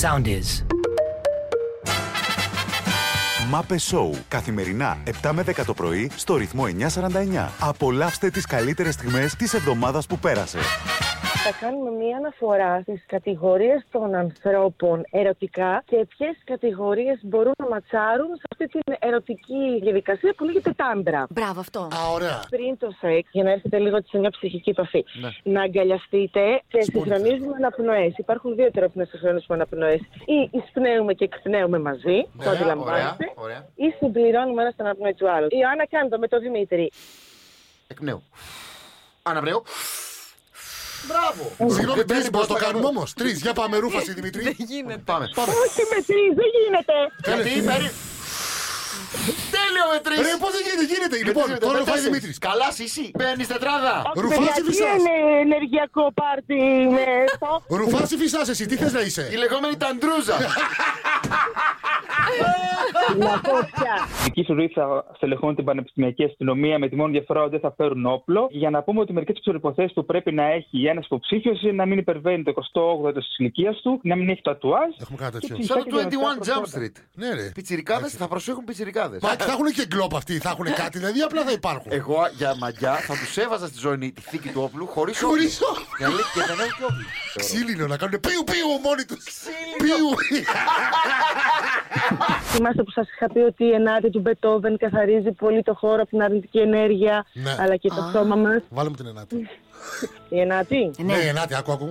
sound is. Μάπε Σόου. Καθημερινά 7 με 10 το πρωί στο ρυθμό 949. Απολαύστε τις καλύτερες στιγμές της εβδομάδας που πέρασε. Θα κάνουμε μία αναφορά στις κατηγορίες των ανθρώπων ερωτικά και ποιες κατηγορίες μπορούν να ματσάρουν σε αυτή την ερωτική διαδικασία που λέγεται τάντρα. Ναι. Μπράβο αυτό. Α, ωραία. Πριν το σεξ, για να έρθετε λίγο σε μια ψυχική επαφή, Ναι. να αγκαλιαστείτε και Σπόντα. συγχρονίζουμε αναπνοές. Υπάρχουν δύο τρόποι να συγχρονίσουμε αναπνοές. Ή εισπνέουμε και εκπνέουμε μαζί, Ναι, το αντιλαμβάνεστε. ωραία, ωραία. Ή συμπληρώνουμε ένα στον αναπνοή του άλλου. Ιωάννα, κάνε το με τον Δημήτρη. Εκ νέου. Αναπνέω. Μπράβο. Συγγνώμη, τρει μπορούμε να το κάνουμε όμως. Τρεις. Για πάμε ρούφαση, Δημήτρη. Ναι, γίνεται. Πάμε. Όχι με τρεις, δεν γίνεται. Γιατί περί... Τέλειο με τρεις. Ρε, πώς δεν γίνεται, γίνεται. Λοιπόν, τώρα ρουφάει Δημήτρης. Καλά, εσύ. Παίρνεις τετράδα. Όχι, Ρουφάς παιδιά, ή τι φυσάς? είναι ενεργειακό πάρτι με αυτό. Ρουφά ή φυσά εσύ, τι θες να Η είσαι. λεγόμενη ταντρούζα. Να πω πια. δική σου ρίση θα στελεχώνει την πανεπιστημιακή αστυνομία με τη μόνη διαφορά ότι δεν θα φέρουν όπλο. Για να πούμε ότι μερικές προποθέσει που πρέπει να έχει ένας υποψήφιος είναι να μην υπερβαίνει το 28ο της ηλικίας του, να μην έχει τατουάζ. Έχουμε κάνει τέτοιο. Και Σαν το φυσικά και 21 τα Jump προσόντα. Street. Ναι, ρε. Πιτσιρικάδες θα προσέχουν πιτσιρικάδες. Μα θα έχουν και γκλόπ αυτοί, θα έχουν κάτι, δηλαδή απλά θα υπάρχουν. Εγώ για μαγιά θα τους έβαζα στη ζώνη τη θήκη του όπλου χωρίς όπλο. Χωρίς όπλο. Για να λέει και δεν έχει όπλο. Ξύλινο να κάνουν πιου πιου μόνοι τους. Πιου. Θυμάστε που σας είχα πει ότι η ενάτη του Μπετόβεν καθαρίζει πολύ το χώρο από την αρνητική ενέργεια Ναι. αλλά και το σώμα μας. Βάλε μου την ενάτη. Η ενάτη. Ναι, ενάτη, άκου, άκου.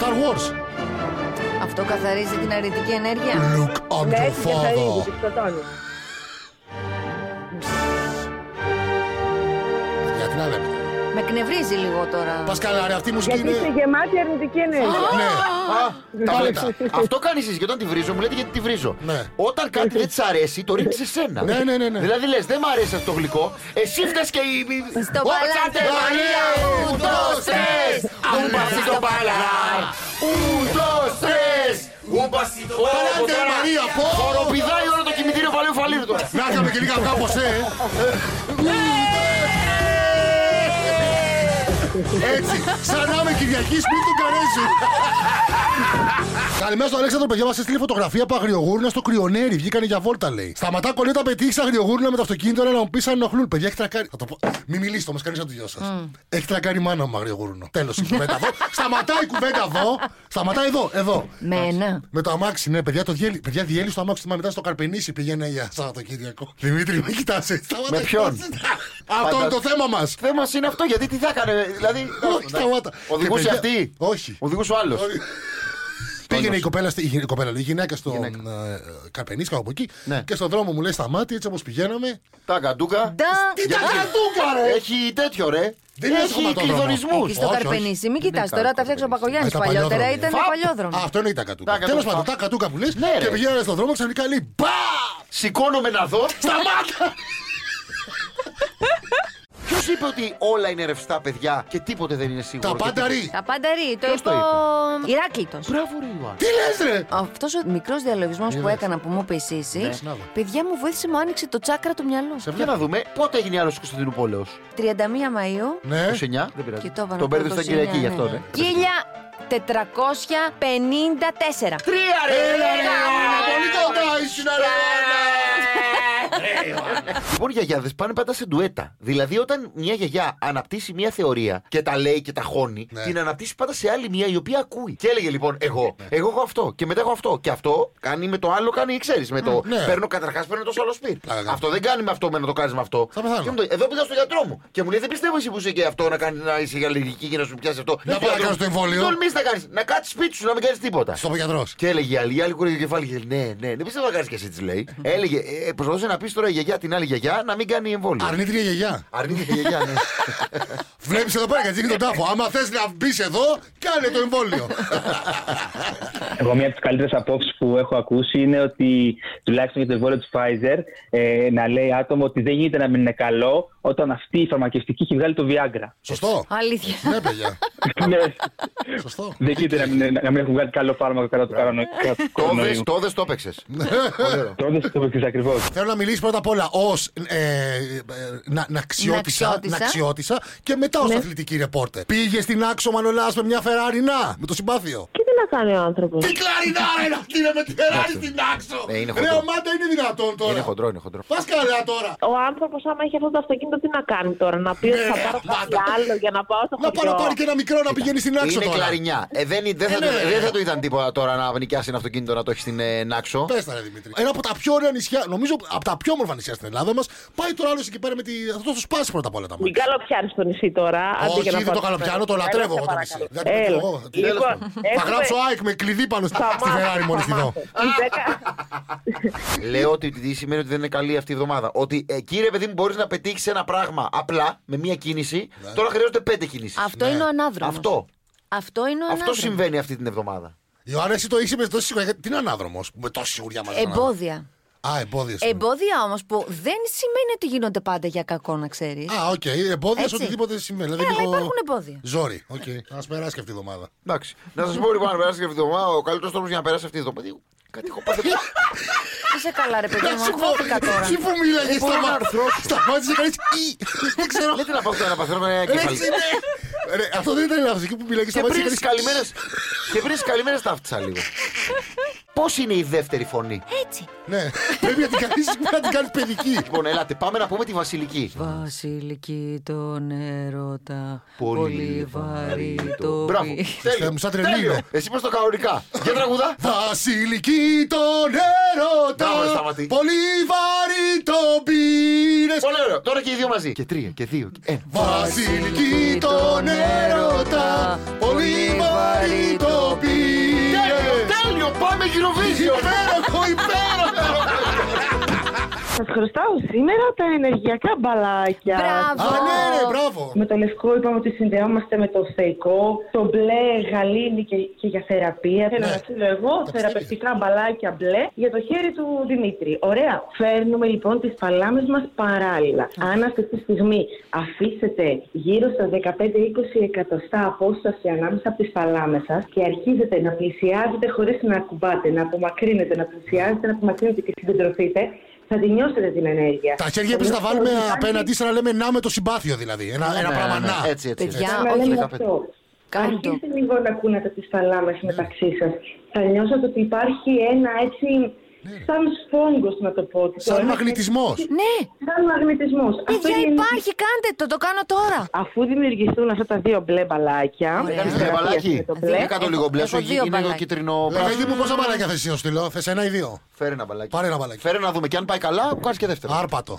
Star Wars. Αυτό καθαρίζει την αρνητική ενέργεια. Look on Ναι, your έτσι καθαρίζει, τη father. σκοτώνει. Γιατί να λέμε. Με κνευρίζει λίγο τώρα. Πασκάλα, ρε, αυτή η μουσική Γιατί είναι. είστε γεμάτη αρνητική ενέργεια. Ναι, Τα Πάλεψα. βλέπεις. Αυτό κάνεις εσεί και όταν τη βρίζω, μου λέτε γιατί τη βρίζω. Ναι. Όταν κάτι δεν της αρέσει, το ρίχνει σε σένα. Ναι, ναι, ναι, ναι. Δηλαδή λες, δεν μου αρέσει αυτό το γλυκό. Εσύ φταίει και η. Στο Ο παλάτι, Τσάτε Μαρία, Μαρία, ούτω τρε! Ούμπαση το παλάρ! Ούτω τρε! Ούμπαση το Παλάτε, Μαρία, πω! Χοροπηδάει όλο το κημητήριο φαλέου φαλήρου τώρα. Να είχαμε και λίγα αυγά ποσέ. ε. Έτσι, σαν να είμαι Κυριακής, μην τον καρέζουν. Καλημέρα στον Αλέξανδρο, παιδιά. Μας έστειλε φωτογραφία από αγριογούρνα στο κρυονέρι. Βγήκανε για βόλτα, λέει. Σταματά κολλή τα πετύχεις αγριογούρνα με το αυτοκίνητο να μου πεις αν ενοχλούν. Παιδιά, έχετε να κάνει. Θα το πω. Μην μιλήσετε, μας κάνεις να δουλειά σα. Έχετε να κάνει μάνα μου αγριογούρνο. Τέλος η κουβέντα εδώ. Σταματάει η κουβέντα εδώ. Σταματάει εδώ, εδώ. Με ένα. Με το αμάξι, ναι, παιδιά, το διέλυ... παιδιά διέλυσε το αμάξι. Θυμάμαι μετά στο Καρπενήσι πήγαινε για Σαββατοκύριακο. Δημήτρη, με κοιτά έτσι. Σταμάτα, Με ποιον? κοιτάς. Αυτό είναι το θέμα μας. Θέμα είναι αυτό, γιατί τι θα έκανε, δηλαδή. Όχι, σταμάτα. Οδηγούσε Και παιδιά- αυτή. Όχι. Οδηγούσε ο άλλος. Πήγαινε η κοπέλα, στη- η γυ- η κοπέλα, λέει, η γυναίκα στο Γυναίκα. Καρπενήσι, κάπου από εκεί. Ναι. Και στον δρόμο μου λέει σταμάτη, έτσι όπως πηγαίναμε. Τα καντούκα. Ντα- Τι τα Γιατί? κατούκα, ρε! Έχει τέτοιο ρε. Δεν είναι Έχει σχηματόδρομο. κλειδονισμούς. Εκεί στο όχι, όχι. Καρπενήσι, μην κοιτά Είναι τώρα, τα Καρπενήσι. φτιάξω ο Α, Παπαγιάννη τα παλιότερα, παλιόδρομα. ήταν Φα- Α, παλιόδρομο. Αυτό είναι η τα κατούκα. Τα Τέλο κατούκα. πάντων, τα κατούκα που λες. Ναι, Και ρε. πηγαίνανε στον δρόμο, ξαφνικά λέει Μπα! Σηκώνομαι να δω. Σταμάτα! Ποιο είπε ότι όλα είναι ρευστά, παιδιά, και τίποτε δεν είναι σίγουρο. Τα πάντα Και- ρί. Τα πάντα ρί, το Ποιος είπε το ο Ηράκλειτος. Μπράβο, ρε Ιωάννη. Τι λες, ρε! Αυτός ο μικρός διαλογισμός που έκανα που μου είπε η Σύση, συνάδελφε. παιδιά μου βοήθησε μου άνοιξε το τσάκρα του μυαλού. Για να δούμε πότε έγινε άλλο Κωνσταντινούπολεο. 31 Μαου Ναι. 29, δεν πειράζει. και το έβαλα Τον πρώτο μπέρδευε τον Κυριακή σινιά, γι' αυτό, ναι. ναι. 1454. Τρία ρε! Έλα, ρε, Έλα, Ιωάννα, ρε, πολύ κοντά ήσουν, ρε, Λοιπόν, οι γιαγιάδες πάνε πάντα σε ντουέτα. Δηλαδή, όταν μια γιαγιά αναπτύσσει μια θεωρία και τα λέει και τα χώνει, Ναι. την αναπτύσσει πάντα σε άλλη μια η οποία ακούει. Και έλεγε λοιπόν, εγώ, Ναι. εγώ έχω αυτό και μετά έχω αυτό. Και αυτό κάνει με το άλλο, κάνει, ξέρεις, με το. ναι. Παίρνω καταρχάς, παίρνω το άλλο σπίτι. Πλάκα κάνω. Αυτό δεν κάνει με αυτό, με να το κάνεις με αυτό. Θα πεθάνω. Και μου το- Εδώ πήγα στο γιατρό μου και μου λέει, δεν πιστεύω εσύ που είσαι και αυτό να κάνει να είσαι για αλλεργική και να σου πιάσει αυτό. Να πάω να κάνω στο εμβόλιο. Τολμήσει να κάνεις, να κάτσεις σπίτι σου, να μην κάνεις τίποτα. Στο γιατρός. Και έλεγε η άλλη, η άλλη κουρεύει το κεφάλι. και λέει, Ναι, ναι, δεν πιστεύω να κάνεις και εσύ, της λέει. έλεγε, ε, προσπαθούσε να πεις τώρα η γιαγιά την άλλη γιαγιά να μην κάνει εμβόλιο. Αρνήτρια γιαγιά. Αρνήθηκε η γιαγιά, ναι. Βλέπεις εδώ πέρα και δείχνει τον τάφο. Άμα θες να μπεις εδώ, κάνε το εμβόλιο. Εγώ μία από τις καλύτερες απόψεις που έχω ακούσει είναι ότι τουλάχιστον για το εμβόλιο της Pfizer ε, να λέει άτομο ότι δεν γίνεται να μην είναι καλό όταν αυτή η φαρμακευτική έχει βγάλει το Viagra. Σωστό. Αλήθεια. ναι, παιδιά. Ναι. Σωστό. δεν γίνεται να μην, να μην έχουν βγάλει καλό φάρμακο κατά του καρονο- κατά του το δε, κορονοϊού. το δες, το έπαιξες. Ναι. Τότε στο εξής ακριβώς. Θέλω να μιλήσεις πρώτα απ' όλα ε, ω ναξιώτησα, Ναξιώτισσα. ναξιώτησα και μετά ως αθλητική ρεπόρτερ. Πήγε στην άξο Μανολάς με μια Φεράρι, να με το συμπάθειο. Και την να κάνει ο άνθρωπος. Τι κλαρινάρα είναι αυτή ρε, με τη Ferrari στην άξο! Ε, είναι Ρε χοντρό. αμάτα είναι δυνατόν τώρα. Είναι χοντρό, είναι χοντρό. Πας καλά τώρα. Ο άνθρωπος, άμα έχει αυτό το αυτοκίνητο, τι να κάνει τώρα, να πει ότι θα Ναι, πάρω κάτι πάντα. άλλο για να πάω στο Να χωριό. πάρω πάρει και ένα μικρό να πηγαίνει στην άξο Είναι τώρα. κλαρινιά. Ε, δεν, δεν, θα Ε, το, ναι. δεν θα το ήταν τίποτα τώρα να νοικιάσει ένα αυτοκίνητο να το έχει στην ε, Νάξο. Πες τα ρε Δημήτρη. Ένα από τα πιο ωραία νησιά, νομίζω από τα πιο όμορφα νησιά στην Ελλάδα μας, πάει τώρα άλλος εκεί πέρα με τη. Θα το σπάσει πρώτα απ' όλα τα Μην μάτια. καλοπιάνεις το νησί τώρα. άντε Όχι, για να ήδη πάω το στο καλοπιάνω, το χωριό. λατρεύω Έλα, εγώ σε το παρακαλώ. νησί. Δεν το Έλα. λέω εγώ. Λοιπόν, Θα έχουμε- γράψω ΑΕΚ με κλειδί πάνω στη Θα μάθω, Ferrari μόλι θα τη δω. μάθω. Η δέκα- Λέω ότι τι σημαίνει ότι δεν είναι καλή αυτή η εβδομάδα. Ότι ε, κύριε παιδί μου, μπορείς να πετύχεις ένα πράγμα απλά με μία κίνηση. Ναι. Τώρα χρειάζονται πέντε κινήσει. Αυτό είναι ο ανάδρομος. Αυτό. Αυτό είναι ο Αυτό ανάδρομος. συμβαίνει αυτή την εβδομάδα. Ιωάννα, εσύ το είσαι με τόση σιγουριά. Τι είναι ανάδρομο με τόση σιγουριά μαζί. Εμπόδια. Α, εμπόδια. συγγνώμη. Εμπόδια όμως που δεν σημαίνει ότι γίνονται πάντα για κακό, να ξέρεις. Α, οκ. Εμπόδια σε Έτσι. οτιδήποτε συμβαίνει. Ε, Δηλαδή αλλά λίγο. υπάρχουν εμπόδια. Ζόρι. Οκ. Ας περάσει και αυτή η εβδομάδα. Εντάξει. Να σας πω λοιπόν, αν περάσει αυτή η εβδομάδα, ο καλύτερος τρόπος για να περάσει αυτή η εβδομάδα. Κάτι έχω πάθει. Είσαι καλά, ρε παιδί μου, Εντάξει, αγχώθηκα εγώ- τώρα. Εσύ που μίλαγες, μπορώ να αρθρώσω. σταμάτησε κανεί. Δεν ξέρω. Δεν να πάω τώρα να παθαίνω με ένα κεφάλι. Έτσι, ναι. Ρε, Αυτό δεν ήταν λάθο. Εκεί που μίλαγες, Και σταμάτησε πριν κανεί. τι καλημέρες. Και πριν τις καλημέρες ταύτισα λίγο. Πώς είναι η δεύτερη φωνή. Έτσι. Ναι, πρέπει να την κάνεις να την κάνεις παιδική. Λοιπόν, έλατε, πάμε να πούμε τη Βασιλική. Βασιλική τον έρωτα, Πολύ πολύ βαρύ βαρύ το- το Μπράβο. βι- Τέλειο. μου, σαν τρελή Τέλειο. είναι. Εσύ πας το κανονικά. Για τραγουδά. Βασιλική τον έρωτα. Μπράβο, ρε, Σταματή. Πολύ βαρύ τον πήρες Πολύ ωραίο. Τώρα και οι δύο μαζί. Και τρία και δύο. και ένα. Βασιλική τον έρωτα. Πολύ βαρύ το πήρες Τέλειο, πάμε Eurovision. Υπέροχο, υπέροχο. Σας χρωστάω σήμερα τα ενεργειακά μπαλάκια. Μπράβο! Α, ναι, ρε, μπράβο. Με το λευκό είπαμε ότι συνδεόμαστε με το θεϊκό, το μπλε γαλήνη και, και για θεραπεία. Ναι. Θέλω να στείλω εγώ θεραπευτικά μπαλάκια μπλε για το χέρι του Δημήτρη. Ωραία. Φέρνουμε λοιπόν τις παλάμες μας παράλληλα. Αν αυτή τη στιγμή αφήσετε γύρω στα 15-20 εκατοστά απόσταση ανάμεσα από τις παλάμες σας και αρχίζετε να πλησιάζετε χωρίς να ακουμπάτε, να απομακρύνετε, να πλησιάζετε, να απομακρύνετε και συγκεντρωθείτε, θα τη νιώσετε την ενέργεια. Τα χέρια πρέπει να τα βάλουμε απέναντι σαν να λέμε να με το συμπάθειο δηλαδή. Ένα, ένα Ναι, πράγμα ναι, να. Έτσι, έτσι. Παιδιά, έτσι. Να όχι. λέμε 15. αυτό. Κάντε το. Αρχίστε λίγο να ακούνατε τις θαλάμες μεταξύ σας. Θα νιώσατε ότι υπάρχει ένα έτσι σαν σφόγγος να το πω. Ναι, Σαν Τώρα, μαγνητισμός. Ναι, Σαν μαγνητισμός. Αυτό παιδιά, είναι- Ε, υπάρχει, κάντε το, το κάνω τώρα. Αφού δημιουργηθούν αυτά τα δύο μπλε μπαλάκια, Ωραία. Κάνεις τις μπλε θεραπείες Ε, μπαλάκι. Ε, με το μπλε, Είναι κάτω λίγο μπλε, Έχω σου δύο είναι το μπαλάκια. κίτρινο Ρε παιδί πράσινο. μου, πόσα μπαλάκια θες εσύ να στείλω, θες ένα ή δύο. Φέρε ένα μπαλάκι. Πάρε ένα μπαλάκι. Φέρε να δούμε και αν πάει καλά, κάνεις και δεύτερο. Άρπατο.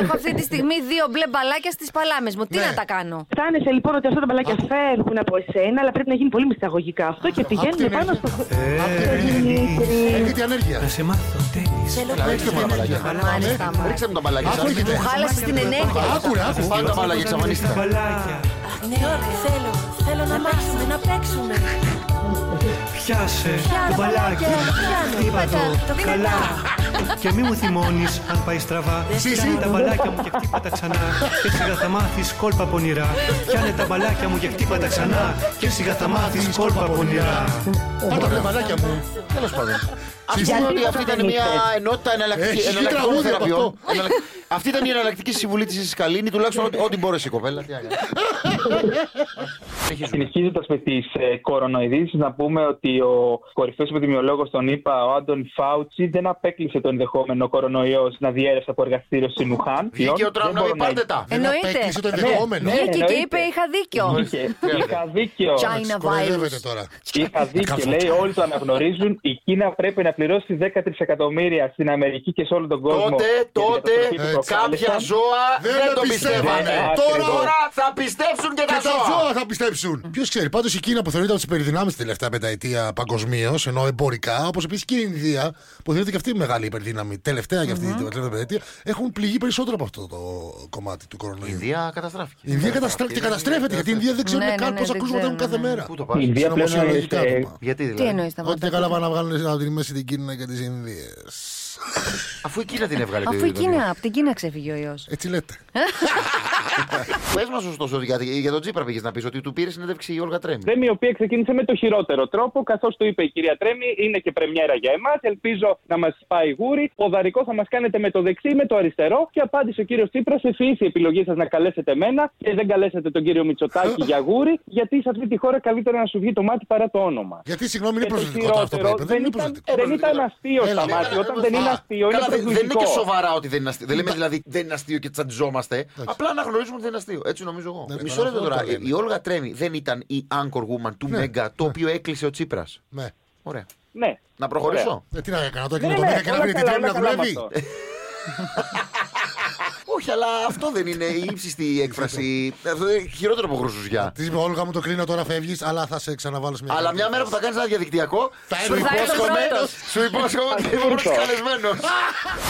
Έχω αυτή τη στιγμή δύο μπλε μπαλάκια στις παλάμες μου. Τι Ναι. να τα κάνω. Αισθάνεσαι λοιπόν ότι αυτά τα μπαλάκια φεύγουν από εσένα, αλλά πρέπει να γίνει πολύ μυσταγωγικά αυτό και πηγαίνουμε την πάνω ενέργεια. στο. Ε, Δημήτρη. Έρχεται η ανέργεια. Se mazo tenis. Έλα, ρίξτε μου τα μπαλάκια. Μάλιστα, Ρίξτε μάλιστα. μου τα μπαλάκια. Ναι, Άκου, σας. έρχεται. Μου χάλασες την ενέργεια. Άκουρε, άκου. Πάντα μπαλάκια, εξαφανίστηκα. Μπαλάκια. Ναι, ό,τι θέλω. Θέλω να μάξουμε, να παίξουμε. Πιάσε Πιάσε το μπαλάκι. μπαλάκια, πιάσε. Χτύπα Μετά, το το. δυνατά. Καλά. Και μη μου θυμώνεις αν πάει στραβά. Πιάνε τα μπαλάκια μου και χτύπα τα ξανά. Και σιγά θα μάθεις κόλπα πονηρά. Πιάνε τα μπαλάκια μου και χτύπα τα ξανά. Και σιγά θα μάθεις κόλπα πονηρά. Πάρ' τα μπλε μπαλάκια μου. Τέλος πάντων. Ας Γιατί πούμε ότι το αυτή ήταν μια κατανοήσατε. ενότητα εναλλακτική Έχει εναλλακτικών τραγούδι από θεραπείων. Εναλλακ- Αυτή ήταν η εναλλακτική συμβουλή της Ισκαλίνη, τουλάχιστον ό,τι- ό,τι μπόρεσε η κοπέλα. Τι έκανε. Συνεχίζοντας με τις ε, κορονοειδήσει, να πούμε ότι ο κορυφαίος επιδημιολόγος των ΗΠΑ, ο Άντων Φάουτσι, δεν απέκλεισε το ενδεχόμενο κορονοϊός να διέρευσε από εργαστήριο στην Ουχάν. Βγήκε ο Τραμπ Δεν να μπορώ πει πάρτε να- τα. Εννοείται. Απέκλεισε το ενδεχόμενο. ναι. Βγήκε και εννοείται. είπε είχα δίκιο. Είχε- Είχα δίκιο. China Κοροϊδεύεται virus. τώρα. Είχα δίκιο. Λέει, όλοι το αναγνωρίζουν. Η Κίνα πρέπει να πληρώσει 13 εκατομμύρια στην Αμερική και σε όλο τον κόσμο. Τότε, για την τότε, καταστροφή που έτσι. προκάλεσαν. κάποια ζώα Δεν δεν το το πιστεύανε. πιστεύανε. Τώρα, Ακριβώς. Τώρα θα πιστέψουν και Και τα τα ζώα. ζώα θα πιστέψουν. Ποιος ξέρει, πάντως η Κίνα που θεωρείται από τις υπερδυνάμεις την τελευταία πενταετία παγκοσμίως, ενώ εμπορικά, όπως επίσης και η Ινδία, που θεωρείται και αυτή η μεγάλη υπερδύναμη τελευταία για αυτή την τελευταία πενταετία, έχουν πληγεί περισσότερο από αυτό το κομμάτι του Η κορονοϊού. Ινδία καταστράφηκε. Η Ινδία καταστρέ... και καταστρέφεται, γιατί η Ινδία δεν ξέρουν Ναι, ναι, καν ναι, πόσα δεν κρούσματα έχουν ξέρουν, κάθε ναι, ναι. μέρα. Ε, Πού το Η πας. Ινδία πλέον Συνωμοσιολογικά ε, άτομα. Γιατί Τι δηλαδή. εννοείς τα Ότι μάτια. δεν καλά πάνε να βγάλουν να τιμήσει την Κίνα και τι Ινδίε. Αφού η Κίνα την έβγαλε. Αφού το- η το- Κίνα, από την Κίνα ξέφυγε ο ιός. Έτσι λέτε. Πες μας, ωστόσο, για, για τον Τσίπρα πήγες να πεις ότι του πήρε συνέντευξη η Όλγα Τρέμι. Τρέμι, η οποία ξεκίνησε με το χειρότερο τρόπο, καθώς το είπε η κυρία Τρέμι, είναι και πρεμιέρα για εμάς. Ελπίζω να μας πάει γούρι. Ποδαρικό θα μας κάνετε με το δεξί ή με το αριστερό. Και απάντησε ο κύριος Τσίπρας, ευφυή η επιλογή σας να καλέσετε εμένα και δεν καλέσετε τον κύριο Μητσοτάκη για γούρι, γιατί σε αυτή τη χώρα καλύτερα να σου βγει το μάτι παρά το όνομα. Γιατί συγγνώμη, είναι Και το προσβλητικό το αυτό που χειρότερο, είπε. δεν Δεν είναι ήταν- προσβλητικό. δεν ήταν αστείο, Έλα, Σταμάτη. έλα, Όταν έλα, δεν είναι α, αστείο, είναι Καλά, δεν, δεν είναι και προσβλητικό. σοβαρά ότι δεν είναι αστείο. Δεν λέμε δηλαδή δεν είναι αστείο και τσαντιζόμαστε. Απλά να γνωρίζουμε ότι δεν είναι αστείο. Έτσι νομίζω εγώ. Ναι, Μισό καλά, λεπτό αυτό τώρα. το Ναι. λέμε. Η Όλγα Τρέμι δεν ήταν η anchor woman του Μέγκα το οποίο έκλεισε ο Τσίπρας. Ναι. Ωραία. Ναι. Να προχωρήσω. Ωραία. Ε, τι να έκανα, το Ναι, έκανε το ναι, Μέγκα και να όλα πήρε την καλά, τρέμη να όλα καλά με δουλεύει. αυτό. Όχι, αλλά αυτό δεν είναι η ύψιστη έκφραση. Αυτό είναι Χειρότερο από γρουσουζιά. Τη είπε, Όλγα μου το κρίνω τώρα φεύγεις, αλλά θα σε ξαναβάλω σε μια. Αλλά καλή μια θέση». μέρα που θα κάνεις ένα διαδικτυακό, Θα σου έρθω υπόσχομαι, πρώτος. σου υπόσχομαι ότι δεν ήρθω. καλεσμένο.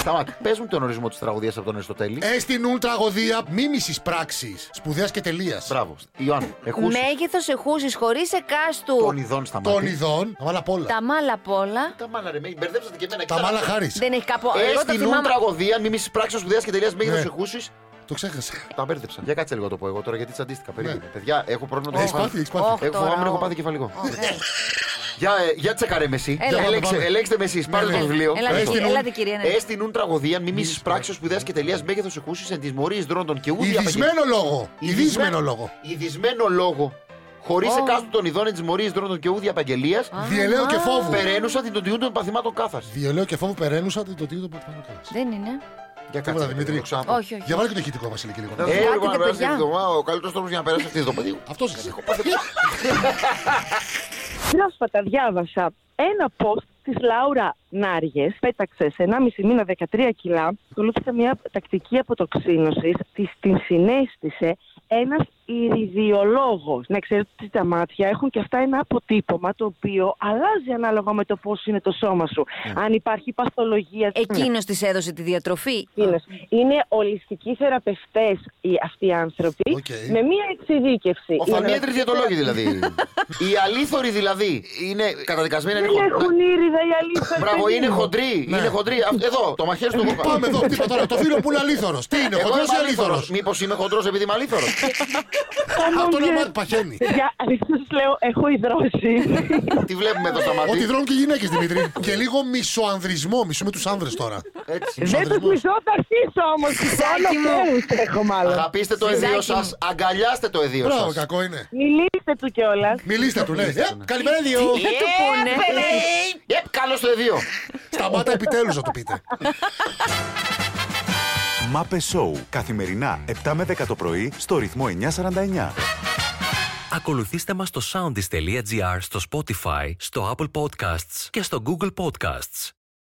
Σταμάτη, πες μου τον ορισμό της τραγωδίας από τον Αριστοτέλη. Έστεινουν τραγωδία μίμησης πράξης, σπουδαίας και τελείας. Μπράβο. Ιωάννη, εχού Μέγεθο εχούση χωρί των εκάστου. ειδών σταμάτη. Των ειδών, τα βάλα απ' όλα. Τα μάλα απ' όλα. Τα μάλα ρε, με μπερδέψατε και εμένα. Τα μάλα χάρη. Δεν έχει κάπου. Εγώ τα Έστειλουν θυμάμαι. τραγωδία, μίμησης πράξης σπουδαίας και τελείας μέγεθος Ναι. εχούση. Το ξέχασα. Τα μπέρδεψα. Ναι. Ε, Για κάτσε λίγο να το πω εγώ τώρα γιατί τσαντίστηκα. Περίμενε. Παιδιά, έχω πρόβλημα να το Έχει φοβάμαι. πάθει, έχεις πάθει. Όχι. Έχω Τώρα, φοβάμαι να έχω ο- πάθει κεφαλικό. Ωραία. Για, ε, για τσεκαρέ με εσύ. Έλα. Ελέξε- Πάμε. Ελέξτε με εσεί. Πάρε Ναι, το ναι. βιβλίο. Έλατε, Ευχαριστώ. κύριε, Έλατε, κυρία. ναι. Έστεινουν τραγωδία μιμήσει πράξεω σπουδαία και τελεία μέγεθος εκούση εντισμορίε δρόντων και ούτε Ειδισμένο λόγο. Ειδισμένο λόγο. Ειδισμένο λόγο. Χωρίς Ω. εκάστου των ειδών εντισμορίε δρόντων και ούτε απαγγελία, Διελέω και φόβου. περαίνουσαν την τοντιούν των παθημάτων κάθαρσης. Διελέω και φόβου περαίνουσα την το τίτλο που θα κάνω. Δεν είναι. Για Τίποτα, Δημήτρη. το ξαναπώ. Όχι, όχι. Για βάλει και το ηχητικό βασιλική λίγο. Ε. Έργο Κάτι, λοιπόν, να ρε, περάσει την παιδιά. εβδομάδα, ο καλύτερος τρόπος για να περάσει αυτή τη εβδομάδα. Αυτός είσαι. Πρόσφατα διάβασα ένα post της Λάουρα Νάργες. Πέταξε σε 1,5 μήνα 13 κιλά. Ακολούθησε μια τακτική αποτοξίνωσης. Της την συνέστησε ένας iriδιολόγος. Να ξέρετε ότι τα μάτια έχουν και αυτά ένα αποτύπωμα το οποίο αλλάζει ανάλογα με το πώς είναι το σώμα σου. Ναι. Αν υπάρχει παθολογία... Εκείνος της έδωσε τη διατροφή. Εκείνος. Είναι ολιστικοί θεραπευτές οι, αυτοί οι άνθρωποι Οκ. με μία εξειδίκευση. Ε, Ο Η φαμίατρη αναλυτική διαιτολόγοι δηλαδή. Οι αλήθωροι δηλαδή είναι καταδικασμένοι να Δεν είναι χοντροί. έχουν ήριδα οι αλήθεια. λοιπόν. Μπράβο, είναι χοντροί. Ναι. Είναι χοντροί. Αυ- Εδώ, το μαχαίρι του κοπά. Ε, Πάμε εδώ, τίποτα τώρα. Το φίλο που είναι αλήθωρος. Τι είναι, χοντρός ή αλήθωρο. Μήπως είμαι χοντρός επειδή είμαι αλήθωρος. Αυτό να μάθει παχαίνει. Για σας λέω, έχω υδρώσει. Τι βλέπουμε εδώ στα Ότι μάτια. δρώνουν και γυναίκες, Δημήτρη. και λίγο μισοανδρισμό. Μισούμε τους άνδρες τώρα. Έτσι. Δεν τους μισώ, θα αρχίσω όμως. Ξάκι μου. Θέλω έχω μάλλον. Αγαπήστε το εδίο σας, αγκαλιάστε το εδίο Μπράβο, σας. κακό είναι. Μιλήστε του κιόλας. Μιλήστε του, λέει. «Ε, Καλημέρα, δύο. Θα του πούνε. Επ, καλό το εδίο. Σταμάτα επιτέλους να του πείτε. Μάπε Σόου. Καθημερινά 7 με 10 το πρωί στο ρυθμό 949. Ακολουθήστε μας στο soundis.gr, στο Spotify, στο Apple Podcasts και στο Google Podcasts.